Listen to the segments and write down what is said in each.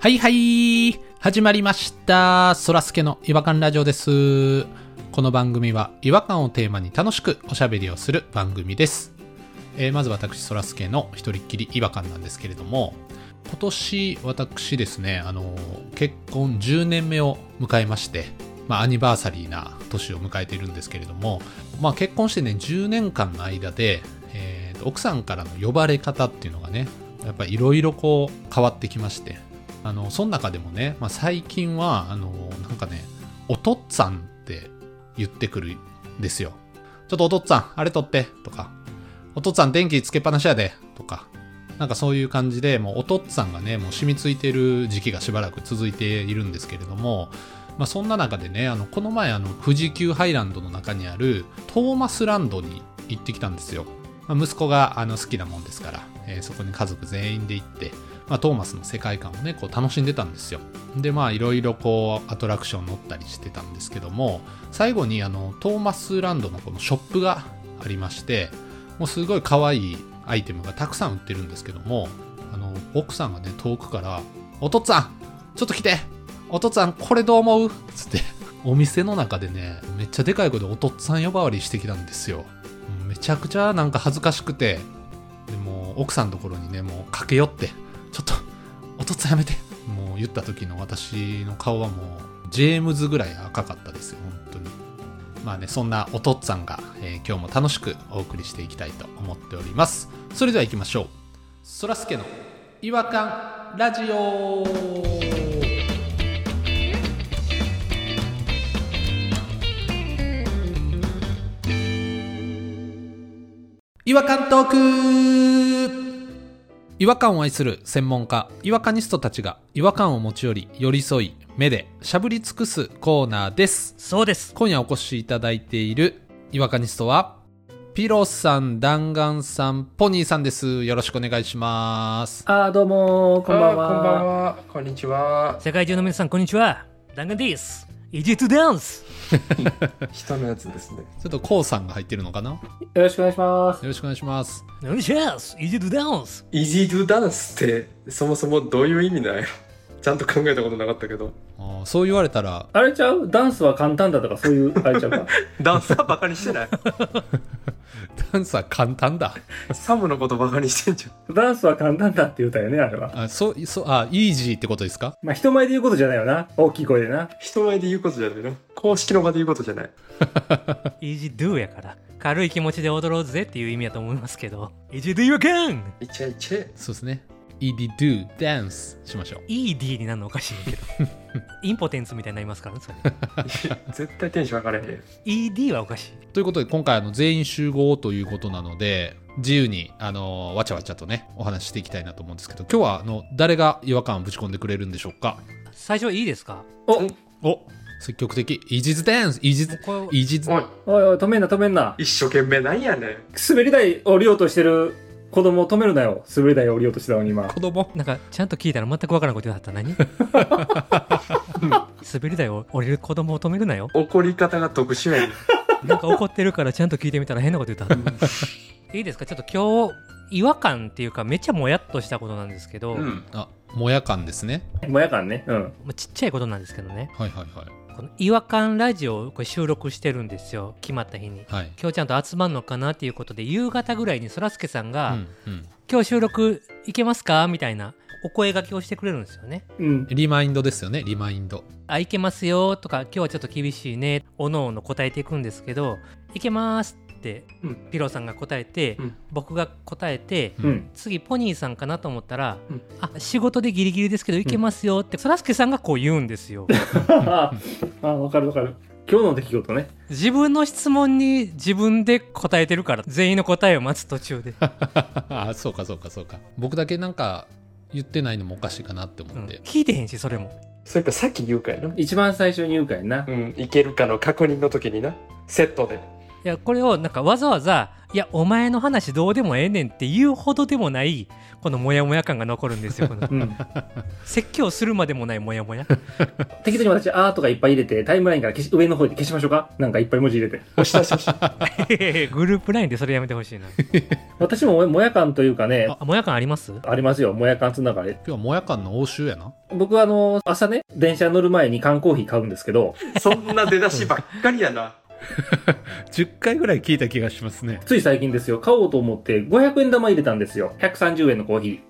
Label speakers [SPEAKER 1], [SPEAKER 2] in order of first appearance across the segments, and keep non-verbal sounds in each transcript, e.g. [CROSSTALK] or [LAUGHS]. [SPEAKER 1] はいはい始まりましたそらすけの違和感ラジオですこの番組は違和感をテーマに楽しくおしゃべりをする番組です、えーまず私そらすけの一人っきり違和感なんですけれども今年私ですねあの結婚10年目を迎えましてまあ、アニバーサリーな年を迎えているんですけれども、まあ、結婚してね10年間の間で、えーと奥さんからの呼ばれ方っていうのがねやっぱりいろいろこう変わってきましてあのその中でもね、まあ、最近はあのなんかね「おとっつぁん」って言ってくるんですよ「ちょっとおとっつぁんあれ取って」とか「おとっつぁん電気つけっぱなしやで」とかなんかそういう感じでもうおとっつぁんがねもう染みついてる時期がしばらく続いているんですけれどもまあ、そんな中でねあのこの前あの富士急ハイランドの中にあるトーマスランドに行ってきたんですよ、まあ息子があの好きなもんですから、えーそこに家族全員で行って、まあ、トーマスの世界観をねこう楽しんでたんですよでまあいろいろこうアトラクション乗ったりしてたんですけども最後にあのトーマスランドのこのショップがありましてもうすごい可愛いアイテムがたくさん売ってるんですけどもあの奥さんがね遠くから「お父っつぁんちょっと来てお父っつぁんこれどう思う?」つってお店の中でねめっちゃでかい声でお父っつぁん呼ばわりしてきたんですよもうめちゃくちゃなんか恥ずかしくてでもう奥さんのところにねもう駆け寄って「ちょっとお父っつぁんやめて」もう言った時の私の顔はもうジェームズぐらい赤かったですよ本当にまあね、そんなおとっつぁんが、えー今日も楽しくお送りしていきたいと思っております。それでは行きましょう。そらすけの違和感ラジオ違和感トーク違和感を愛する専門家違和感ニストたちが違和感を持ち寄り寄り添い目でしゃぶり尽くすコーナーです
[SPEAKER 2] そうです。
[SPEAKER 1] 今夜お越しいただいている違和感ニストはピロさん、弾丸さん、ポニーさんです。よろしくお願いします。
[SPEAKER 3] あーどうもーこんばんは
[SPEAKER 4] あーこんばんは。こんにちは。
[SPEAKER 2] 世界中の皆さん、こんにちは。ダンガンです。イジットダンス。
[SPEAKER 4] 人のやつですね。
[SPEAKER 1] ちょっとコウさんが入ってるのかなよ
[SPEAKER 3] よろしくお願いします
[SPEAKER 1] ろしくお願いします。
[SPEAKER 2] お願いします。イジットダンス。
[SPEAKER 4] イージードゥダンスってそもそもどういう意味なんやちゃんと考えたことなかったけど。
[SPEAKER 1] あーそう言われたら、
[SPEAKER 3] あれちゃうダンスは簡単だとかそういうあれちゃう
[SPEAKER 4] [LAUGHS]
[SPEAKER 3] か
[SPEAKER 4] ダンスはバカにして [LAUGHS] ない。
[SPEAKER 1] ダンサー簡単だ。
[SPEAKER 4] サムのことバカにしてんじゃん。
[SPEAKER 3] ダンスは簡単だって言うたよねあれは
[SPEAKER 1] あ、そう、そう、あ、イージーってことですか
[SPEAKER 3] まあ人前で言うことじゃないよな大きい声でな
[SPEAKER 4] 人前で言うことじゃないの。公式の場で言うことじゃない。
[SPEAKER 2] イジドゥやから。軽い気持ちで踊ろうぜっていう意味だと思いますけど。イジドゥ違和感
[SPEAKER 4] イチャイチェ。
[SPEAKER 1] そうですね。イディドゥ、ダンスしましょう。
[SPEAKER 2] !ED になるのおかしいけど。インポテンツみたいになりますからね、それ。
[SPEAKER 4] 絶対テンション上がれへん。
[SPEAKER 2] ED はおかしい。
[SPEAKER 1] ということで、今回あの全員集合ということなので、自由に、あのーわちゃわちゃとね、お話ししていきたいなと思うんですけど、今日は、あの、誰が違和感をぶち込んでくれるんでしょうか
[SPEAKER 2] 最初いいですか
[SPEAKER 1] お積極的。イージーズダンスイージーズ、
[SPEAKER 2] これ
[SPEAKER 1] イージーズ
[SPEAKER 4] おい、
[SPEAKER 3] おいおい止めんな止めんな
[SPEAKER 4] 一生懸命なんやねん。
[SPEAKER 3] 滑り台降りようとしてる子供を止めるなよ滑り台降りようとしてたのに今
[SPEAKER 1] 子供
[SPEAKER 2] なんか、ちゃんと聞いたら全くわからんことだった。何滑り台を降りる子供を止めるなよ。
[SPEAKER 4] 怒り方が特殊やねん。
[SPEAKER 2] なんか怒ってるからちゃんと聞いてみたら変なこと言った。いいですかちょっと今日、違和感っていうかめっちゃもやっとしたことなんですけど、
[SPEAKER 4] う
[SPEAKER 2] ま
[SPEAKER 4] ん。
[SPEAKER 1] あ、もや感ですね。
[SPEAKER 3] もやかんねうん
[SPEAKER 2] あちっちゃいことなんですけどね、
[SPEAKER 1] はいはいはい。
[SPEAKER 2] この違和感ラジオをこれ収録してるんですよ、決まった日に。
[SPEAKER 1] はい。
[SPEAKER 2] 今日ちゃんと集まんのかなっていうことで、夕方ぐらいにそらすけさんが、
[SPEAKER 1] うんうん。
[SPEAKER 2] 今日収録行けますかみたいなお声掛けをしてくれるんですよね。
[SPEAKER 3] うん
[SPEAKER 1] リマインドですよね、リマインド。 [LAUGHS]
[SPEAKER 2] あ、行けますよとか、今日はちょっと厳しいね、おのおの答えていくんですけど、行けますって
[SPEAKER 4] うん
[SPEAKER 2] ピローさんが答えて、
[SPEAKER 4] うん
[SPEAKER 2] 僕が答えて、
[SPEAKER 4] [LAUGHS]
[SPEAKER 3] うん
[SPEAKER 2] 次ポニーさんかなと思ったら、
[SPEAKER 4] うん
[SPEAKER 2] あ仕事でギリギリですけど行けますよってそらすけさんがこう言うんですよ
[SPEAKER 3] ああわかるわかる今日の出来事ね
[SPEAKER 2] 自分の質問に自分で答えてるから全員の答えを待つ途中で、
[SPEAKER 1] あ、そうかそうかそうか。僕だけなんか言ってないのもおかしいかなって
[SPEAKER 2] う
[SPEAKER 1] 思
[SPEAKER 2] ん
[SPEAKER 1] って。
[SPEAKER 2] 聞いてへんしそれも
[SPEAKER 4] それかさっき言うかやな。
[SPEAKER 3] 一番最初に言うかいな
[SPEAKER 4] うん、いけるかの確認の時にな。セットで。
[SPEAKER 2] いやこれをなんかわざわざいやお前の話どうでもええねんっていうほどでもないこのモヤモヤ感が残るんですよこ
[SPEAKER 3] [LAUGHS]
[SPEAKER 2] の
[SPEAKER 3] うん、
[SPEAKER 2] 説教するまでもないモヤモ [LAUGHS] ヤ
[SPEAKER 3] 適当に私、あーとかいっぱい入れて、タイムラインから消し上の方で消しましょうかなんかいっぱい文字入れて。
[SPEAKER 4] 押し出 [LAUGHS] しました。
[SPEAKER 2] いやいやいやグループラインでそれやめてほしいな
[SPEAKER 3] 私もももや感というかね、
[SPEAKER 2] あモヤ感あります
[SPEAKER 3] ありますよ、もや感つながり。
[SPEAKER 1] 今日はもや感の応酬やな。
[SPEAKER 3] 僕はあの、朝ね、電車乗る前に缶コーヒー買うんですけど、
[SPEAKER 4] そんな出だしばっかりやな。
[SPEAKER 1] 10回ぐらい聞いた気がしますね。
[SPEAKER 3] つい最近ですよ、買おうと思って500円玉入れたんですよ。130円のコーヒ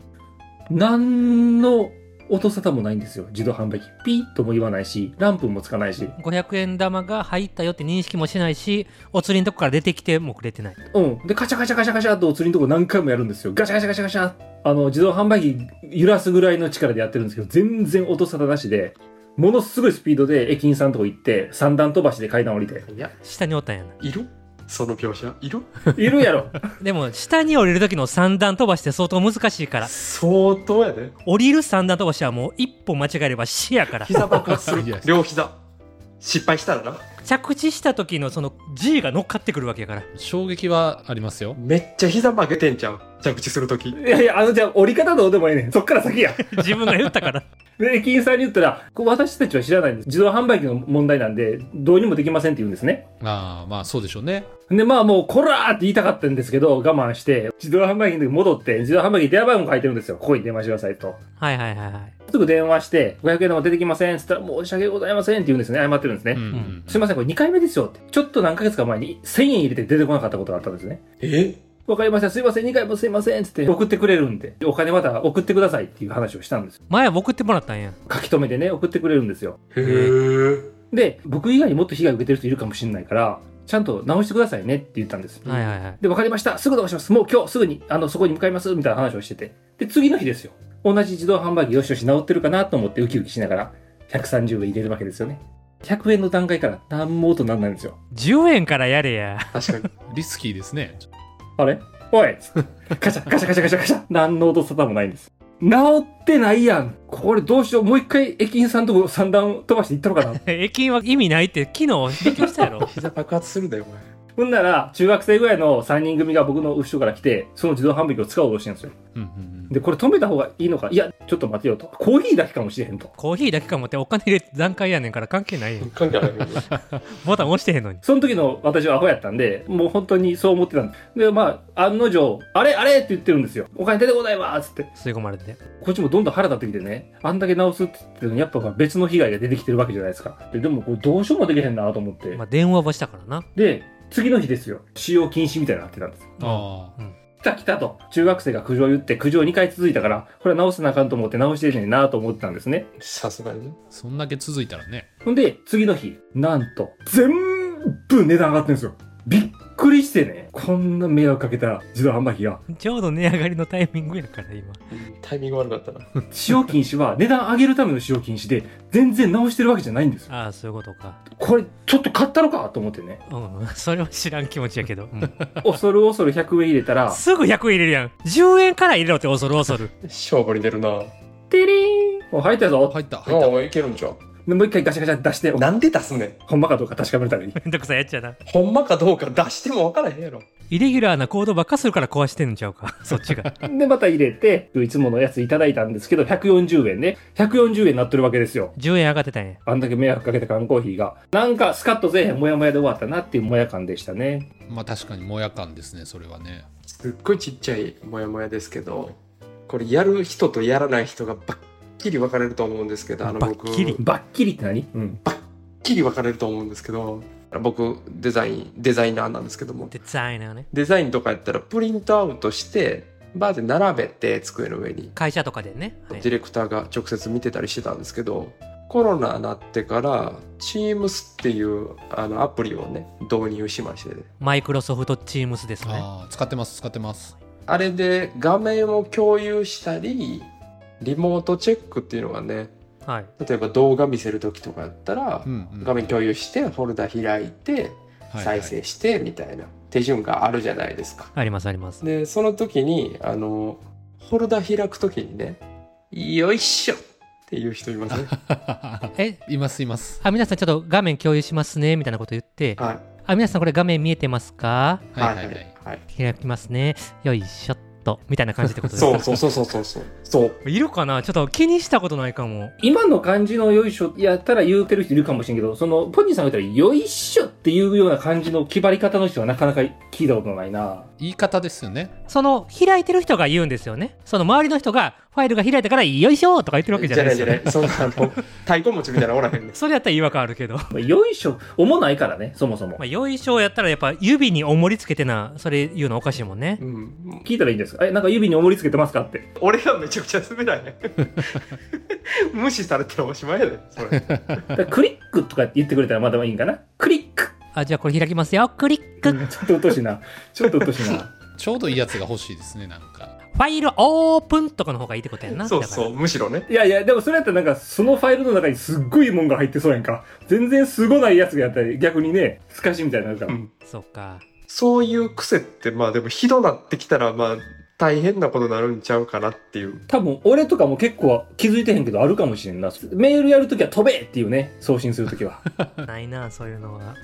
[SPEAKER 3] ー。なんの音沙汰もないんですよ、自動販売機。ピーッとも言わないし、ランプもつかないし。
[SPEAKER 2] 500円玉が入ったよって認識もしないしお釣りのとこから出てきてもくれてない
[SPEAKER 3] うん。で、カチャカチャカチャカチャとお釣りのとこ何回もやるんですよ。ガチャガチャガチャガチャ。あの、自動販売機揺らすぐらいの力でやってるんですけど、全然音沙汰なしで、ものすごいスピードで駅員さんのとこ行って、三段飛ばしで階段降りて。
[SPEAKER 4] いや、
[SPEAKER 2] 下におったんやない
[SPEAKER 4] るその描写。いる
[SPEAKER 3] いるやろ
[SPEAKER 2] でも下に降りる時の三段飛ばしって相当難しいから
[SPEAKER 4] 相当やで。
[SPEAKER 2] 降りる三段飛ばしはもう一歩間違えれば死や
[SPEAKER 4] [LAUGHS]
[SPEAKER 2] から
[SPEAKER 4] 膝爆発する
[SPEAKER 1] [LAUGHS] いや。
[SPEAKER 4] 両膝。失敗したらな。
[SPEAKER 2] 着地した時のその G が乗っかってくるわけやから
[SPEAKER 1] 衝撃はありますよ。
[SPEAKER 4] めっちゃ膝曲げてんちゃう着地するとき。
[SPEAKER 3] いやいや、あの、じゃあ折り方どうでもいいねん。そっから先や。 [LAUGHS]
[SPEAKER 2] 自分が言ったから
[SPEAKER 3] で、駅員さんに言ったら、こう私たちは知らないんです。自動販売機の問題なんで、どうにもできませんって言うんですね。
[SPEAKER 1] ああ、まあそうでしょうね。
[SPEAKER 3] で、まあもう、こらーって言いたかったんですけど、我慢して、自動販売機の時戻って、自動販売機に電話番号書いてるんですよ。ここに電話してくださいと。
[SPEAKER 2] はいはいはいはい
[SPEAKER 3] すぐ電話して、500円玉出てきませんって言ったら、申し訳ございませんって言うんですね。謝ってるんですね。
[SPEAKER 1] うんうん
[SPEAKER 3] すいません、これ2回目ですよって。ちょっと何ヶ月か前に1000円入れて出てこなかったことがあったんですね。
[SPEAKER 4] え
[SPEAKER 3] わかりました、すいません、2回もすいませんって言って送ってくれるんで、お金また送ってくださいっていう話をしたんです。
[SPEAKER 2] 前は送ってもらったんや
[SPEAKER 3] 書き留めてね、送ってくれるんですよ。
[SPEAKER 4] へー
[SPEAKER 3] で、僕以外にもっと被害を受けてる人いるかもしれないから、ちゃんと直してくださいねって言ったんです。
[SPEAKER 2] はいはいはい
[SPEAKER 3] で、わかりました。すぐ直します。もう今日すぐに、あの、そこに向かいます。みたいな話をしてて。で、次の日ですよ。同じ自動販売機よしよし直ってるかなと思ってウキウキしながら、130円入れるわけですよね。100円の段階から何も音なんないんですよ。
[SPEAKER 2] 10円からやれや
[SPEAKER 4] 確かに。
[SPEAKER 1] リスキーですね。
[SPEAKER 3] あれおいカチャカチャカチャカチャカチャ何の音沙汰もないんです。直ってないやんこれどうしようもう一回駅員さんとこ三段飛ばして行ったのかな
[SPEAKER 2] 駅員は意味ないって昨日勉強したやろ
[SPEAKER 4] [LAUGHS] 膝爆発するんだよ、お前。
[SPEAKER 3] ほんなら、中学生ぐらいの3人組が僕の後ろから来て、その自動販売機を使おうとしてるんですよ。
[SPEAKER 1] うんうん
[SPEAKER 3] で、これ止めた方がいいのかいや、ちょっと待てよと。コーヒーだけかもしれへんと。
[SPEAKER 2] コーヒーだけかもってお金入れて段階やねんから関係ないやん
[SPEAKER 4] [LAUGHS] 関係ないよ。
[SPEAKER 2] ボタン押してへんのに
[SPEAKER 3] その時の私はアホやったんで、もう本当にそう思ってたんで。で、まあ、案の定、あれあれって言ってるんですよ。お金出てこないわーっつって。
[SPEAKER 2] 吸い込まれて
[SPEAKER 3] こっちもどんどん腹立ってきてね、あんだけ直すって言ってるのに、やっぱ別の被害が出てきてるわけじゃないですか。で、でもこれどうしようもできへんなと思って
[SPEAKER 2] ま。あ電話はしたからな
[SPEAKER 3] で、次の日ですよ。使用禁止みたいになってたんです。
[SPEAKER 1] うん。ああ。
[SPEAKER 3] 来た来たと。中学生が苦情言って、苦情2回続いたから、これは直せなあかんと思って直してるねんなと思ってたんですね。
[SPEAKER 4] さすがにね。
[SPEAKER 1] そんだけ続いたらね。
[SPEAKER 3] ほんで、次の日、なんと、全部値段上がってるんですよ。びっくりしてね、こんな迷惑かけた自動販売機が、
[SPEAKER 2] ちょうど値上がりのタイミングやから今
[SPEAKER 4] タイミング悪かったな。
[SPEAKER 3] 使用禁止は値段上げるための使用禁止で、全然直してるわけじゃないんですよ。
[SPEAKER 2] ああそういうことか
[SPEAKER 3] これ、ちょっと買ったのかと思ってね、
[SPEAKER 2] うんそれは知らん気持ちやけど、うん
[SPEAKER 3] 恐る恐る100円入れたら、
[SPEAKER 2] すぐ100円入れるやん10円から入れろって恐る恐る [LAUGHS]
[SPEAKER 4] 勝負に出るな。
[SPEAKER 3] てりーんもう入ったぞ
[SPEAKER 1] 入った、入った。
[SPEAKER 4] ああ、いけるんちゃう
[SPEAKER 3] でもう一回ガシャガシャ出して、
[SPEAKER 4] なんで出すねん。
[SPEAKER 3] ほんまかどうか確かめるために。
[SPEAKER 2] めんどくさいやっちゃな
[SPEAKER 4] ほんまかどうか出しても分からへんやろ。
[SPEAKER 2] イレギュラーな行動ばっかするから壊してんのちゃうか [LAUGHS] そっちが
[SPEAKER 3] で、また入れて、いつものやついただいたんですけど、140円ね。140円になってるわけですよ。
[SPEAKER 2] 10円上がってたんや
[SPEAKER 3] あんだけ迷惑かけた缶コーヒーが。なんか、スカッとせえへん、もやもやで終わったなっていうもや感でしたね。
[SPEAKER 1] まあ確かにもや感ですね、それはね。
[SPEAKER 4] すっごいちっちゃいモヤモヤですけど、これやる人とやらない人がばっきり分かれると思うんですけど、あの
[SPEAKER 2] ばっ
[SPEAKER 4] 僕、
[SPEAKER 2] きり
[SPEAKER 4] ばっ
[SPEAKER 3] ばっきりって何うん。
[SPEAKER 4] きり分かれると思うんですけど、僕、デザイン、デザイナーなんですけども、
[SPEAKER 2] デザイナーね
[SPEAKER 4] デザインとかやったらプリントアウトして、バーで並べて机の上に。
[SPEAKER 2] 会社とかでね、はい
[SPEAKER 4] ディレクターが直接見てたりしてたんですけどコロナになってから Teams っていうあのアプリをね導入しまして
[SPEAKER 2] マイクロソフトチームスですね
[SPEAKER 1] ああ、使ってます、使ってます。
[SPEAKER 4] あれで画面を共有したりリモートチェックっていうのがね
[SPEAKER 2] はい
[SPEAKER 4] 例えば動画見せる時とかやったら
[SPEAKER 1] うんうん。
[SPEAKER 4] 画面共有してフォルダ開いて
[SPEAKER 1] はいはい
[SPEAKER 4] 再生してみたいな手順があるじゃないですか。
[SPEAKER 2] ありますあります
[SPEAKER 4] でその時にあのフォルダ開く時にね「よいしょ!」っていう人いません
[SPEAKER 2] え
[SPEAKER 1] [LAUGHS] います、います。
[SPEAKER 2] あ皆さんちょっと画面共有しますねみたいなこと言って
[SPEAKER 4] はい
[SPEAKER 2] あ皆さんこれ画面見えてますか
[SPEAKER 1] はいはいはい。
[SPEAKER 4] はい、
[SPEAKER 2] 開きますね。よいしょっと。みたいな感じってことですか
[SPEAKER 4] そうそうそうそうそうそうそう
[SPEAKER 2] いるかなちょっと気にしたことないかも。
[SPEAKER 3] 今の感じのよいしょやったら言うてる人いるかもしれんけど、その、ポニーさんが言ったら、よいしょっていうような感じの決まり方の人はなかなか聞いたことないな。
[SPEAKER 1] 言い方ですよね。
[SPEAKER 2] その、開いてる人が言うんですよね。その周りの人が、ファイルが開いたから、よいしょとか言ってるわけじゃないですよね。
[SPEAKER 4] そんなあの太鼓持ちみたいなのおらへんね
[SPEAKER 2] それやったら違和感あるけど。 [LAUGHS] ま
[SPEAKER 3] まあよいしょ、重ないからね、そもそも
[SPEAKER 2] あ、。よいしょやったらやっぱ指に重りつけてな、それ言うのおかしいもんね。
[SPEAKER 4] うん、
[SPEAKER 3] 聞いたらいいんですかえ、なんか指に重りつけてますかって。 [LAUGHS]
[SPEAKER 4] 俺がめちゃくちゃ滑らへん無視されたらおしまいやでそれ
[SPEAKER 3] だからクリックとかって言ってくれたらまだいいんかなクリッ [LAUGHS] ク
[SPEAKER 2] あ、じゃあこれ開きますよ。クリック。フ
[SPEAKER 3] ちょっとうっとうしいな。ちょっとうっとうしいな。
[SPEAKER 1] ちょうどいいやつが欲しいですね、なんか。
[SPEAKER 2] ァイルオープンとかの方がいいってことやんな。
[SPEAKER 4] そうそう
[SPEAKER 2] う。
[SPEAKER 4] むしろね
[SPEAKER 3] いやいや、でもそれやったらなんか、そのファイルの中にすっごいもんが入ってそうやんか。全然すごないやつがやったら逆にね、透かしみたいになるから。
[SPEAKER 4] うん
[SPEAKER 2] そうか。
[SPEAKER 4] そういう癖ってまあでもひどなってきたらまあ大変なことになるんちゃうかなっていう
[SPEAKER 3] 多分、俺とかも結構気づいてへんけどあるかもしれんな。メールやるときは飛べっていうね、送信するときは。
[SPEAKER 2] ないな、そういうのは。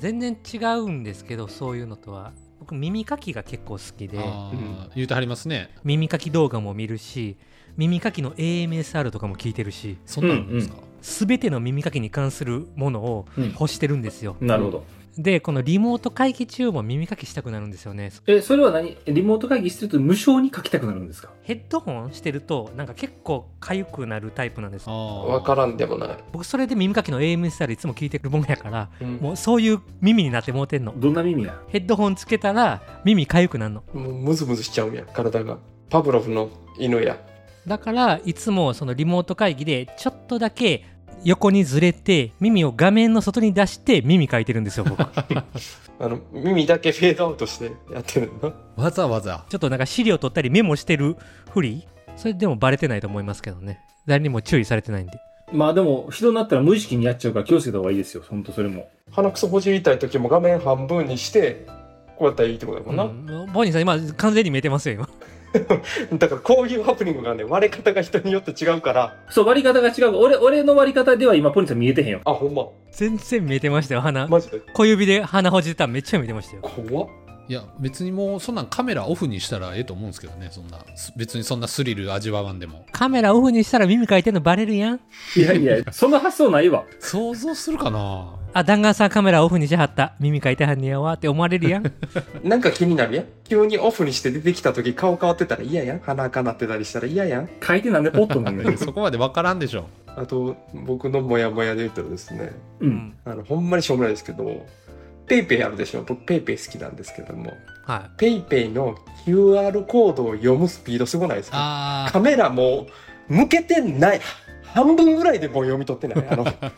[SPEAKER 2] 全然違うんですけど、そういうのとは。僕、耳かきが結構好きで。
[SPEAKER 1] あー
[SPEAKER 4] うん
[SPEAKER 1] 言うてはりますね。
[SPEAKER 2] 耳かき動画も見るし耳かきの AMSR とかも聞いてるし
[SPEAKER 1] そんなんですか、
[SPEAKER 2] 全ての耳かきに関するものを
[SPEAKER 3] うん
[SPEAKER 2] 欲してるんですよ、
[SPEAKER 3] [LAUGHS] なるほど。
[SPEAKER 2] でこのリモート会議中も耳かきしたくなるんですよね
[SPEAKER 3] え、それは何リモート会議してると無償に書きたくなるんですか
[SPEAKER 2] ヘッドホンしてるとなんか結構痒くなるタイプなんです
[SPEAKER 1] あー
[SPEAKER 4] わからんでもない、
[SPEAKER 2] 僕それで耳かきの AMSR いつも聞いてるもんやから
[SPEAKER 4] うん
[SPEAKER 2] もうそういう耳になってもうてんの
[SPEAKER 3] どんな耳や
[SPEAKER 2] ヘッドホンつけたら耳痒くなるの
[SPEAKER 4] もうムズムズしちゃうんや体がパブロフの犬や
[SPEAKER 2] だからいつもそのリモート会議でちょっとだけ横にずれて耳を画面の外に出して耳かいてるんですよ僕ち
[SPEAKER 4] あの耳だけフェードアウトしてやってるの
[SPEAKER 1] わざわざ。
[SPEAKER 2] ょっとなんか資料取ったりメモしてるふりそれでもバレてないと思いますけどね誰にも注意されてないんで
[SPEAKER 3] まあでも、人になったら無意識にやっちゃうから気をつけた方がいいですよ。ほんとそれも。
[SPEAKER 4] 鼻くそほじりたい時も画面半分にしてこうやったらいいってことだもんな、
[SPEAKER 2] うんボニーさん今完全に見えてますよ今
[SPEAKER 4] だからこういうハプニングがね割れ方が人によって違うから
[SPEAKER 3] そう、割り方が違う。俺、俺の割り方では今、ポニーさん見えてへんよ。
[SPEAKER 4] あほんま
[SPEAKER 2] 全然見えてましたよ鼻
[SPEAKER 4] マジで
[SPEAKER 2] 小指で鼻ほじってたらめっちゃ見えてましたよ
[SPEAKER 4] 怖っ
[SPEAKER 1] いや、別にもう、そんなんカメラオフにしたらええと思うんですけどね、そんな。す別にそんなスリル味わわんでも。
[SPEAKER 2] カメラオフにしたら耳かいてんのバレるやん
[SPEAKER 3] いやいや、そんな発想ないわ。
[SPEAKER 1] 想像するかな。
[SPEAKER 2] あ弾丸さんカメラオフにしはった耳かいてはんねやわって思われるやん
[SPEAKER 4] なんか気になるやん急にオフにして出てきた時顔変わってたら嫌やん鼻かなってたりしたら嫌やん
[SPEAKER 3] 書いてなんでポッとなんだよ [LAUGHS]
[SPEAKER 1] そこまでわからんでしょ。
[SPEAKER 4] あと僕のモヤモヤで言うとですね
[SPEAKER 3] う。
[SPEAKER 2] うん
[SPEAKER 4] あのほんまにしょうもないですけどペイペイあるでしょ僕ペイペイ好きなんですけども
[SPEAKER 2] は
[SPEAKER 4] ペイペイの QR コードを読むスピードすごないですか
[SPEAKER 1] あ
[SPEAKER 4] カメラもう向けてない半分ぐらいでもう読み取ってないあの
[SPEAKER 1] あ、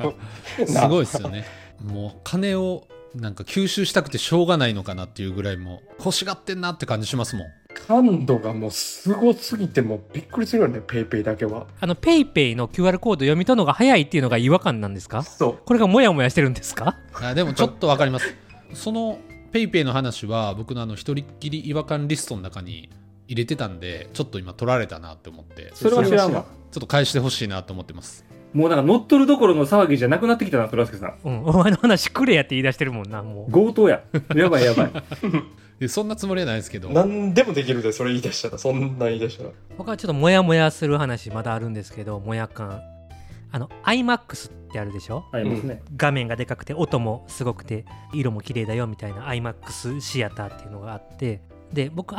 [SPEAKER 1] すごいですよね。もう、金を、なんか吸収したくてしょうがないのかなっていうぐらいもう、欲しがってんなって感じしますもん。
[SPEAKER 4] 感度がもうすごすぎてもうびっくりするよねペイペイだけはい
[SPEAKER 2] あの PayPay ペイペイの QR コード読み取るのが早いっていうのが違和感なんですか
[SPEAKER 4] そ
[SPEAKER 2] これがモヤモヤしてるんですか
[SPEAKER 1] あでもちょっとわかります。そのペイペイの話は僕のあの一人っきり違和感リストの中に入れてたんで、ちょっと今取られたなって思って、ち
[SPEAKER 3] それは知らんわ。
[SPEAKER 1] ょっと返してほしいなと思ってます。
[SPEAKER 3] もうなんか乗っ取るどころの騒ぎじゃなくなってきたな、トラスケさん。
[SPEAKER 2] うん、お前の話くれやって言い出してるもんな、もう。
[SPEAKER 3] 強盗や。やばいや [LAUGHS] ばい。
[SPEAKER 1] でそんなつもりはないですけど
[SPEAKER 4] う、何でもできるでそれ言い出したらそんなん言い出したら
[SPEAKER 2] 僕はちょっとモヤモヤする話まだあるんですけど、モヤ感。あの、iMAX ってあるでしょ
[SPEAKER 3] ありますね。
[SPEAKER 2] 画面がでかくて、音もすごくて、色も綺麗だよみたいな iMAX シアターっていうのがあって、で、僕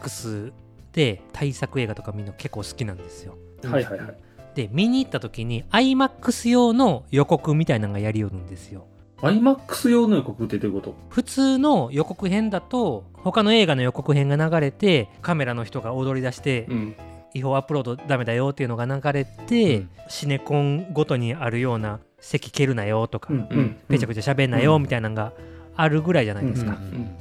[SPEAKER 2] iMAX で対策映画とか見るの結構好きなんですよ。
[SPEAKER 4] うん
[SPEAKER 3] はいはいはい。
[SPEAKER 2] で、見に行った時に iMAX 用の予告みたいなのがやりよるんですよ。
[SPEAKER 3] iMAX 用の予告ってどういうこと
[SPEAKER 2] 普通の予告編だと他の映画の予告編が流れてカメラの人が踊り出して
[SPEAKER 4] うん
[SPEAKER 2] 違法アップロードダメだよっていうのが流れて、
[SPEAKER 1] うん
[SPEAKER 2] シネコンごとにあるような席蹴るなよとか、
[SPEAKER 4] うん
[SPEAKER 2] ペチャ
[SPEAKER 3] く
[SPEAKER 2] ペチャ喋んなよみたいなのがあるぐらいじゃないです
[SPEAKER 1] うん
[SPEAKER 2] か、
[SPEAKER 1] うんうん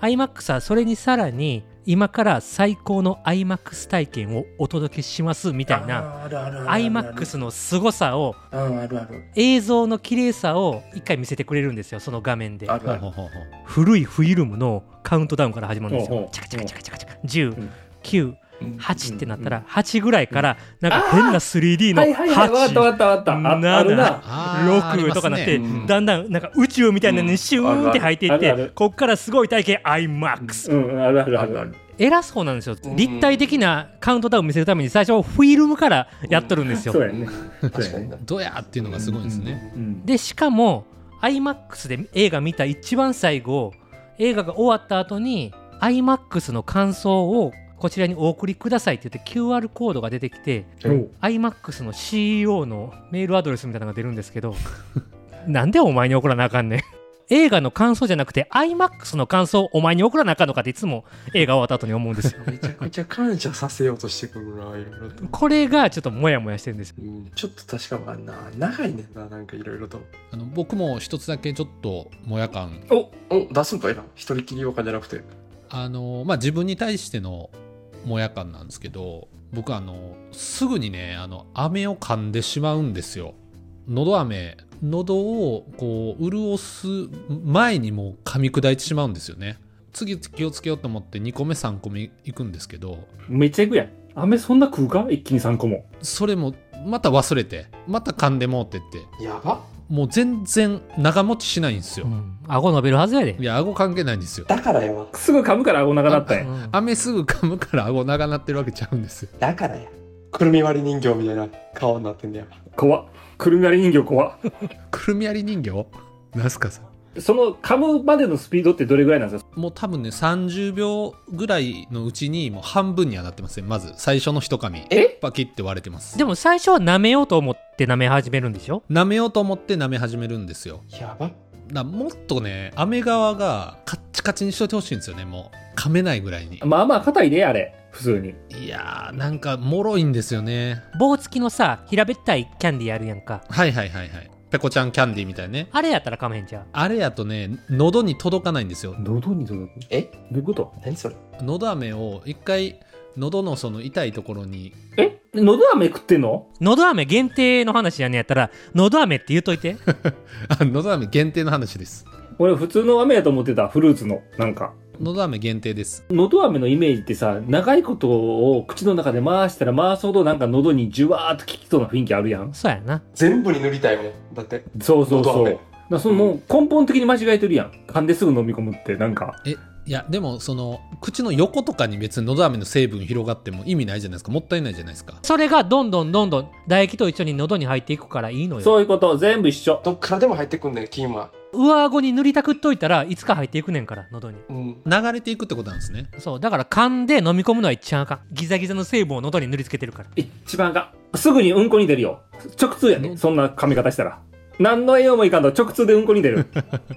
[SPEAKER 2] マッ iMAX はそれにさらに今から最高の iMAX 体験をお届けしますみたいな
[SPEAKER 4] あるあるあるある
[SPEAKER 2] iMAX の凄さを
[SPEAKER 4] うんあるある
[SPEAKER 2] 映像の綺麗さを一回見せてくれるんですよその画面で
[SPEAKER 4] ある
[SPEAKER 1] ほう
[SPEAKER 4] あ
[SPEAKER 1] ほう
[SPEAKER 4] る
[SPEAKER 1] ほうほ
[SPEAKER 2] 古いフィルムのカウントダウンから始まるんです
[SPEAKER 3] おうお
[SPEAKER 2] よ
[SPEAKER 3] う。
[SPEAKER 2] チャカチャカチャカチャカチャカ。
[SPEAKER 3] う
[SPEAKER 2] 10 9、
[SPEAKER 3] ん、
[SPEAKER 2] 8ってなった
[SPEAKER 3] う
[SPEAKER 2] ら8ぐらいからなんか変な 3D の
[SPEAKER 3] はいはいはい、わかったわかったわかった。ああるな。
[SPEAKER 1] あー
[SPEAKER 2] 86とかなっ
[SPEAKER 1] あ
[SPEAKER 2] て、
[SPEAKER 1] りますね
[SPEAKER 4] うん
[SPEAKER 2] だんだんなんか宇宙みたいなのにシューンって入っていっ
[SPEAKER 3] うん
[SPEAKER 2] て、
[SPEAKER 3] あるある
[SPEAKER 2] こっからすごい体験 IMAX、
[SPEAKER 3] うん、うんあるあるある
[SPEAKER 4] あ
[SPEAKER 3] あ
[SPEAKER 4] る
[SPEAKER 3] る。
[SPEAKER 2] 偉そうなんですよ
[SPEAKER 4] うん
[SPEAKER 2] 立体的なカウントダウン見せるために最初フィルムからやっとるんですよ、
[SPEAKER 3] そうやね。
[SPEAKER 4] 確かにな。
[SPEAKER 1] どやーっていうのがすごいですね。
[SPEAKER 3] うん。
[SPEAKER 2] でしかも IMAX で映画見た一番最後映画が終わった後に IMAX の感想をこちらにお送りくださいって言って QR コードが出てきて
[SPEAKER 3] おう
[SPEAKER 2] iMAX の CEO のメールアドレスみたいなのが出るんですけどなんでお前に送らなあかんねん映画の感想じゃなくて iMAX の感想をお前に送らなあかんのかっていつも映画終わった後に思うんですよ
[SPEAKER 4] めちゃくちゃ感謝させようとしてくるな、いろいろと。
[SPEAKER 2] これがちょっとモヤモヤしてるんですよ
[SPEAKER 4] うん、ちょっと確かまあな、長いねんな、なんかいろいろと。
[SPEAKER 1] あの僕も一つだけちょっともや感
[SPEAKER 4] おお出すんかいな。一人きりようかじゃなくて。
[SPEAKER 1] あのまあ自分に対してのもや感なんですけど僕あのすぐにねあの飴を噛んでしまうんですよ喉飴喉をこう潤す前にもう噛み砕いてしまうんですよね次気をつけようと思って2個目3個目いくんですけど
[SPEAKER 3] めっちゃいくやん。飴そんな食うか一気に3個も。
[SPEAKER 1] それもまた忘れてまた噛んでもうてって
[SPEAKER 4] やば
[SPEAKER 1] もう全然長持ちしないんですよ、
[SPEAKER 2] うん顎伸びるはずやで
[SPEAKER 1] いや顎関係ないんですよ
[SPEAKER 4] だからやわ。
[SPEAKER 3] すぐ噛むからお腹なったんや。
[SPEAKER 2] うん
[SPEAKER 1] 飴すぐ噛むから顎長なってるわけちゃうんですよ
[SPEAKER 4] だからや。くるみ割り人形みたいな顔になってんだよ。
[SPEAKER 3] 怖っ。くるみ割り人形怖っ。
[SPEAKER 1] くるみ割り人形なんすかさ
[SPEAKER 3] その噛むまでのスピードってどれぐらいなんですか
[SPEAKER 1] もう多分ね30秒ぐらいのうちにもう半分にはなってますねまず最初の一噛み
[SPEAKER 3] え
[SPEAKER 1] パキって割れてます
[SPEAKER 2] でも最初は舐めようと思って舐め始めるんでしょ
[SPEAKER 1] 舐めようと思って舐め始めるんですよ
[SPEAKER 4] やば
[SPEAKER 1] だからもっとね飴側がカッチカチにしといてほしいんですよねもう噛めないぐらいに
[SPEAKER 3] まあまあ硬いで、あれ。普通に。
[SPEAKER 1] いやーなんかもろいんですよね
[SPEAKER 2] 棒付きのさ平べったいキャンディーあるやんか
[SPEAKER 1] はいはいはいはいペコちゃんキャンディーみたいね
[SPEAKER 2] あれやったら噛めへんじゃん
[SPEAKER 1] あれやとね喉に届かないんですよ
[SPEAKER 3] 喉に届く。ど
[SPEAKER 4] え
[SPEAKER 3] ういうこと
[SPEAKER 4] 何それ
[SPEAKER 1] 喉飴を一回喉のその痛いところに
[SPEAKER 3] え喉飴食ってんの
[SPEAKER 2] のど飴限定の話やねんやったらのど飴って言うと
[SPEAKER 3] [LAUGHS]
[SPEAKER 2] いて
[SPEAKER 1] あ喉飴限定の話です
[SPEAKER 3] 俺普通の飴やと思ってた。フルーツの。なんか。
[SPEAKER 1] 喉飴限定です
[SPEAKER 3] 喉飴のイメージってさ、長いことを口の中で回したら回すほどなんか喉にじゅわーっと効きそうな雰囲気あるやん。
[SPEAKER 2] そうやな
[SPEAKER 4] 全部に塗りたいもん。だって。
[SPEAKER 3] そうそうそ
[SPEAKER 4] 喉
[SPEAKER 3] う。
[SPEAKER 4] 飴
[SPEAKER 3] だからそのもう根本的に間違えてるやん。噛んですぐ飲み込むって、なんか。
[SPEAKER 1] いやでもその口の横とかに別にのど飴の成分広がっても意味ないじゃないですかもったいないじゃないですか
[SPEAKER 2] それがどんどんどんどん唾液と一緒に喉に入っていくからいいのよ
[SPEAKER 3] そういうこと、全部一緒。
[SPEAKER 4] どっからでも入ってくんねん、金は。
[SPEAKER 2] 上顎に塗りたくっといたらいつか入っていくねんから喉に
[SPEAKER 4] うん。
[SPEAKER 1] 流れていくってことなんですね
[SPEAKER 2] そうだから噛んで飲み込むのは一ちゃんあかんギザギザの成分を喉に塗りつけてるから
[SPEAKER 3] 一番が。すぐにうんこに出るよ。直通やね。そんな噛み方したら。何の栄養もいかんと直通でうんこに出る。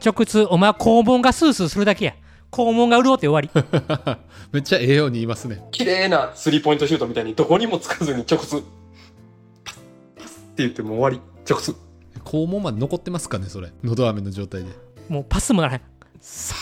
[SPEAKER 2] 直通お前は肛門がスースーするだけや肛門が潤って終わり
[SPEAKER 3] [LAUGHS]
[SPEAKER 1] めっちゃ栄養に言いますね
[SPEAKER 4] 綺麗なスリーポイントシュートみたいにどこにもつかずに直通。パスパスって言ってもう終わり。直通。
[SPEAKER 1] 肛門まで残ってますかねそれのど飴の状態で
[SPEAKER 2] もうパスもならへんさ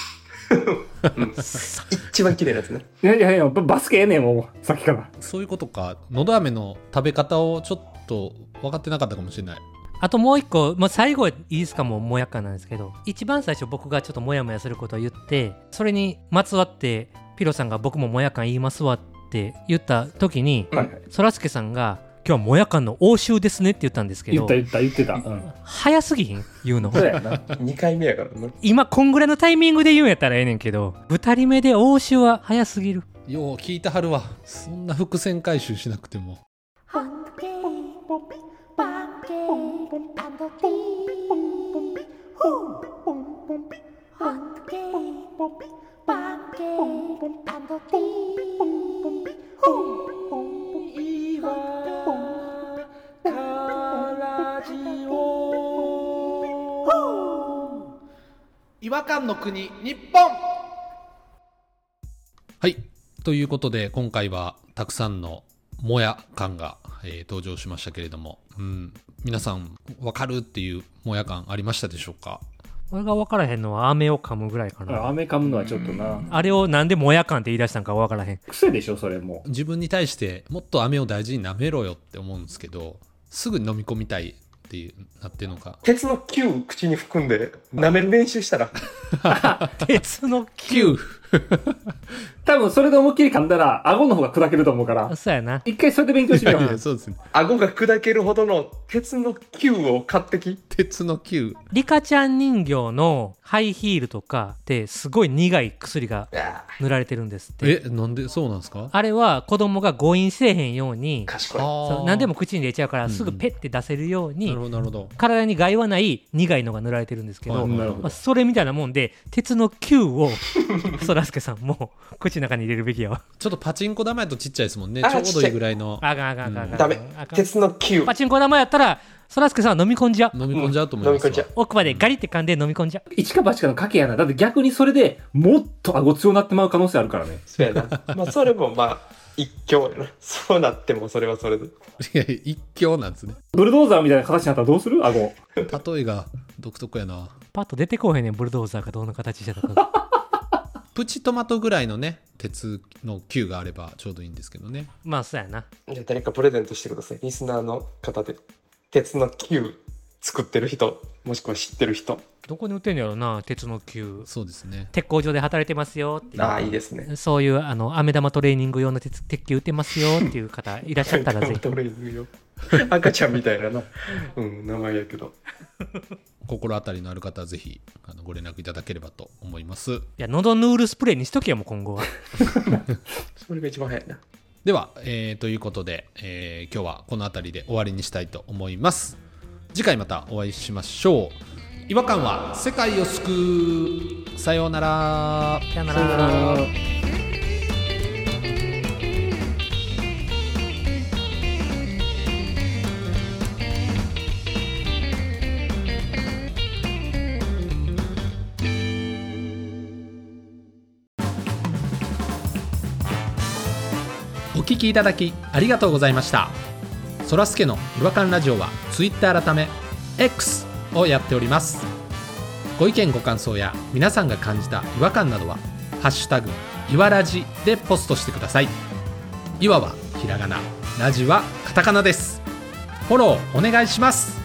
[SPEAKER 4] うん
[SPEAKER 2] あさあ
[SPEAKER 4] 一番綺麗なや [LAUGHS] つね。
[SPEAKER 3] いやいやいや、ババスケええねん、もう。さっきから。
[SPEAKER 1] そういうことかのど飴の食べ方をちょっと分かってなかったかもしれない
[SPEAKER 2] あともう一個、まあ、最後いいですかもうもやっかなんですけど一番最初僕がちょっともやもやすることを言ってそれにまつわってピロさんが僕ももや感言いますわって言った時に
[SPEAKER 4] うん
[SPEAKER 3] はいはい。
[SPEAKER 2] そらすけさんが「今日はもや感の応酬ですね」って言ったんですけ
[SPEAKER 3] 言っ
[SPEAKER 2] ど
[SPEAKER 3] た言った言ってた。うん。
[SPEAKER 2] 早すぎひん言
[SPEAKER 3] [LAUGHS]
[SPEAKER 2] うの
[SPEAKER 3] そうや
[SPEAKER 4] [LAUGHS]
[SPEAKER 3] な。
[SPEAKER 4] 2回目やからな。
[SPEAKER 2] 今こんぐらいのタイミングで言うんやったらええねんけど2人目で応酬は早すぎる
[SPEAKER 1] よう聞いてはるわそんな伏線回収しなくても
[SPEAKER 5] Hunky,
[SPEAKER 1] 違和感の国日本はいということで今回はたくさんのもや感が、えー登場しましたけれども、うん、皆さん分かるっていうもや感ありましたでしょうか
[SPEAKER 2] 俺が分からへんのは飴を噛むぐらいかな
[SPEAKER 3] 飴噛むのはちょっとな。
[SPEAKER 2] あれをなんでもや感って言い出したんか分から
[SPEAKER 3] [LAUGHS]
[SPEAKER 2] へん
[SPEAKER 3] 癖でしょ、それも
[SPEAKER 1] 自分に対してもっと飴を大事に舐めろよって思うんですけどすぐに飲み込みたいっていうなってるのか
[SPEAKER 4] 鉄の球口に含んで舐める練習したら。
[SPEAKER 2] 鉄の球
[SPEAKER 1] 9
[SPEAKER 3] 多分それで思いっきり噛んだら、顎の方が砕けると思うから、
[SPEAKER 2] そうやな。
[SPEAKER 3] 一回それで勉強してみよ
[SPEAKER 1] いうや。 [LAUGHS] そうですね。
[SPEAKER 4] 顎が砕けるほどの鉄の球を買ってき
[SPEAKER 1] 鉄の球。
[SPEAKER 2] リカちゃん人形のハイヒールとかってすごい苦い薬が塗られてるんですって。
[SPEAKER 1] え、なんでそうなんですか
[SPEAKER 2] あれは子供が誤飲せえへんように、
[SPEAKER 4] 賢い
[SPEAKER 2] そう
[SPEAKER 1] あ
[SPEAKER 2] 何でも口に入れちゃうか
[SPEAKER 1] う
[SPEAKER 2] ら
[SPEAKER 1] んうん
[SPEAKER 2] すぐペッて出せるよう
[SPEAKER 1] な
[SPEAKER 2] に
[SPEAKER 1] る、ほど、なるほど。
[SPEAKER 2] 体に害はない苦いのが塗られてるんですけ
[SPEAKER 1] は
[SPEAKER 2] ど、
[SPEAKER 1] い
[SPEAKER 3] なるほ
[SPEAKER 2] まあ、[LAUGHS]
[SPEAKER 3] ど。
[SPEAKER 2] それみたいなもんで、鉄の球を、そらすけさんも口の中に入れるべきやわ。
[SPEAKER 1] ちょっとパチンコ玉やとちっちゃいですもんね。
[SPEAKER 4] あ
[SPEAKER 1] ちょうどいいぐらいの。
[SPEAKER 2] あかんあかんあかんあかん。
[SPEAKER 4] ダメ
[SPEAKER 2] あかん
[SPEAKER 4] 鉄の球
[SPEAKER 2] パチンコ玉やったら、そらすけさんは飲み込んじゃう。
[SPEAKER 1] 飲み込んじゃうと思い
[SPEAKER 4] 飲
[SPEAKER 1] ま
[SPEAKER 4] み
[SPEAKER 1] すわ。
[SPEAKER 4] 込んじゃう
[SPEAKER 2] 奥歯でガリって噛んで飲み込んじゃう。
[SPEAKER 3] 一か八かの賭けやな。だって逆にそれでもっと顎強なってまう可能性あるからね。
[SPEAKER 4] そうやなまあそれもまあ一興やな [LAUGHS] そうなってもそれはそれで
[SPEAKER 1] いやいや一強なんですね。
[SPEAKER 3] ブルドーザーみたいな形になったらどうする顎。
[SPEAKER 1] 例えが独特やな。
[SPEAKER 2] パッと出てこうへんねん、ブルドーザーがどんな形してたか。
[SPEAKER 1] プチトマトぐらいのね、鉄の球があればちょうどいいんですけどね。
[SPEAKER 2] まあ、そうやな。
[SPEAKER 4] じゃあ誰かプレゼントしてくださいリスナーの方で鉄の球作ってる人もしくは知ってる人
[SPEAKER 2] どこに売ってんのやろな、鉄の球。
[SPEAKER 1] そうですね。
[SPEAKER 2] 鉄工場で働いてますよっていう
[SPEAKER 4] ああいいですね
[SPEAKER 2] そういう、あの、飴玉トレーニング用の鉄鉄球売ってますよっていう方いらっしゃったら [LAUGHS] ぜ
[SPEAKER 4] [LAUGHS]
[SPEAKER 2] ひ。
[SPEAKER 4] トレーニング用赤ちゃんみたいななうん名前やけど
[SPEAKER 1] 心当たりのある方はぜひあのご連絡いただければと思います。
[SPEAKER 2] いや、喉ヌールスプレーにしとけよ、もう今後は。
[SPEAKER 4] それが一番早いな
[SPEAKER 1] では、えーということで、えー今日はこの辺りで終わりにしたいと思います次回またお会いしましょう違和感は世界を救うさようなら
[SPEAKER 2] さよなら。
[SPEAKER 1] お聞きいただきありがとうございましたそらすけの違和感ラジオは Twitter 改め X をやっておりますご意見ご感想や皆さんが感じた違和感などは「ハッシュタグいわらじ」でポストしてくださいいわはひらがなラジはカタカナですフォローお願いします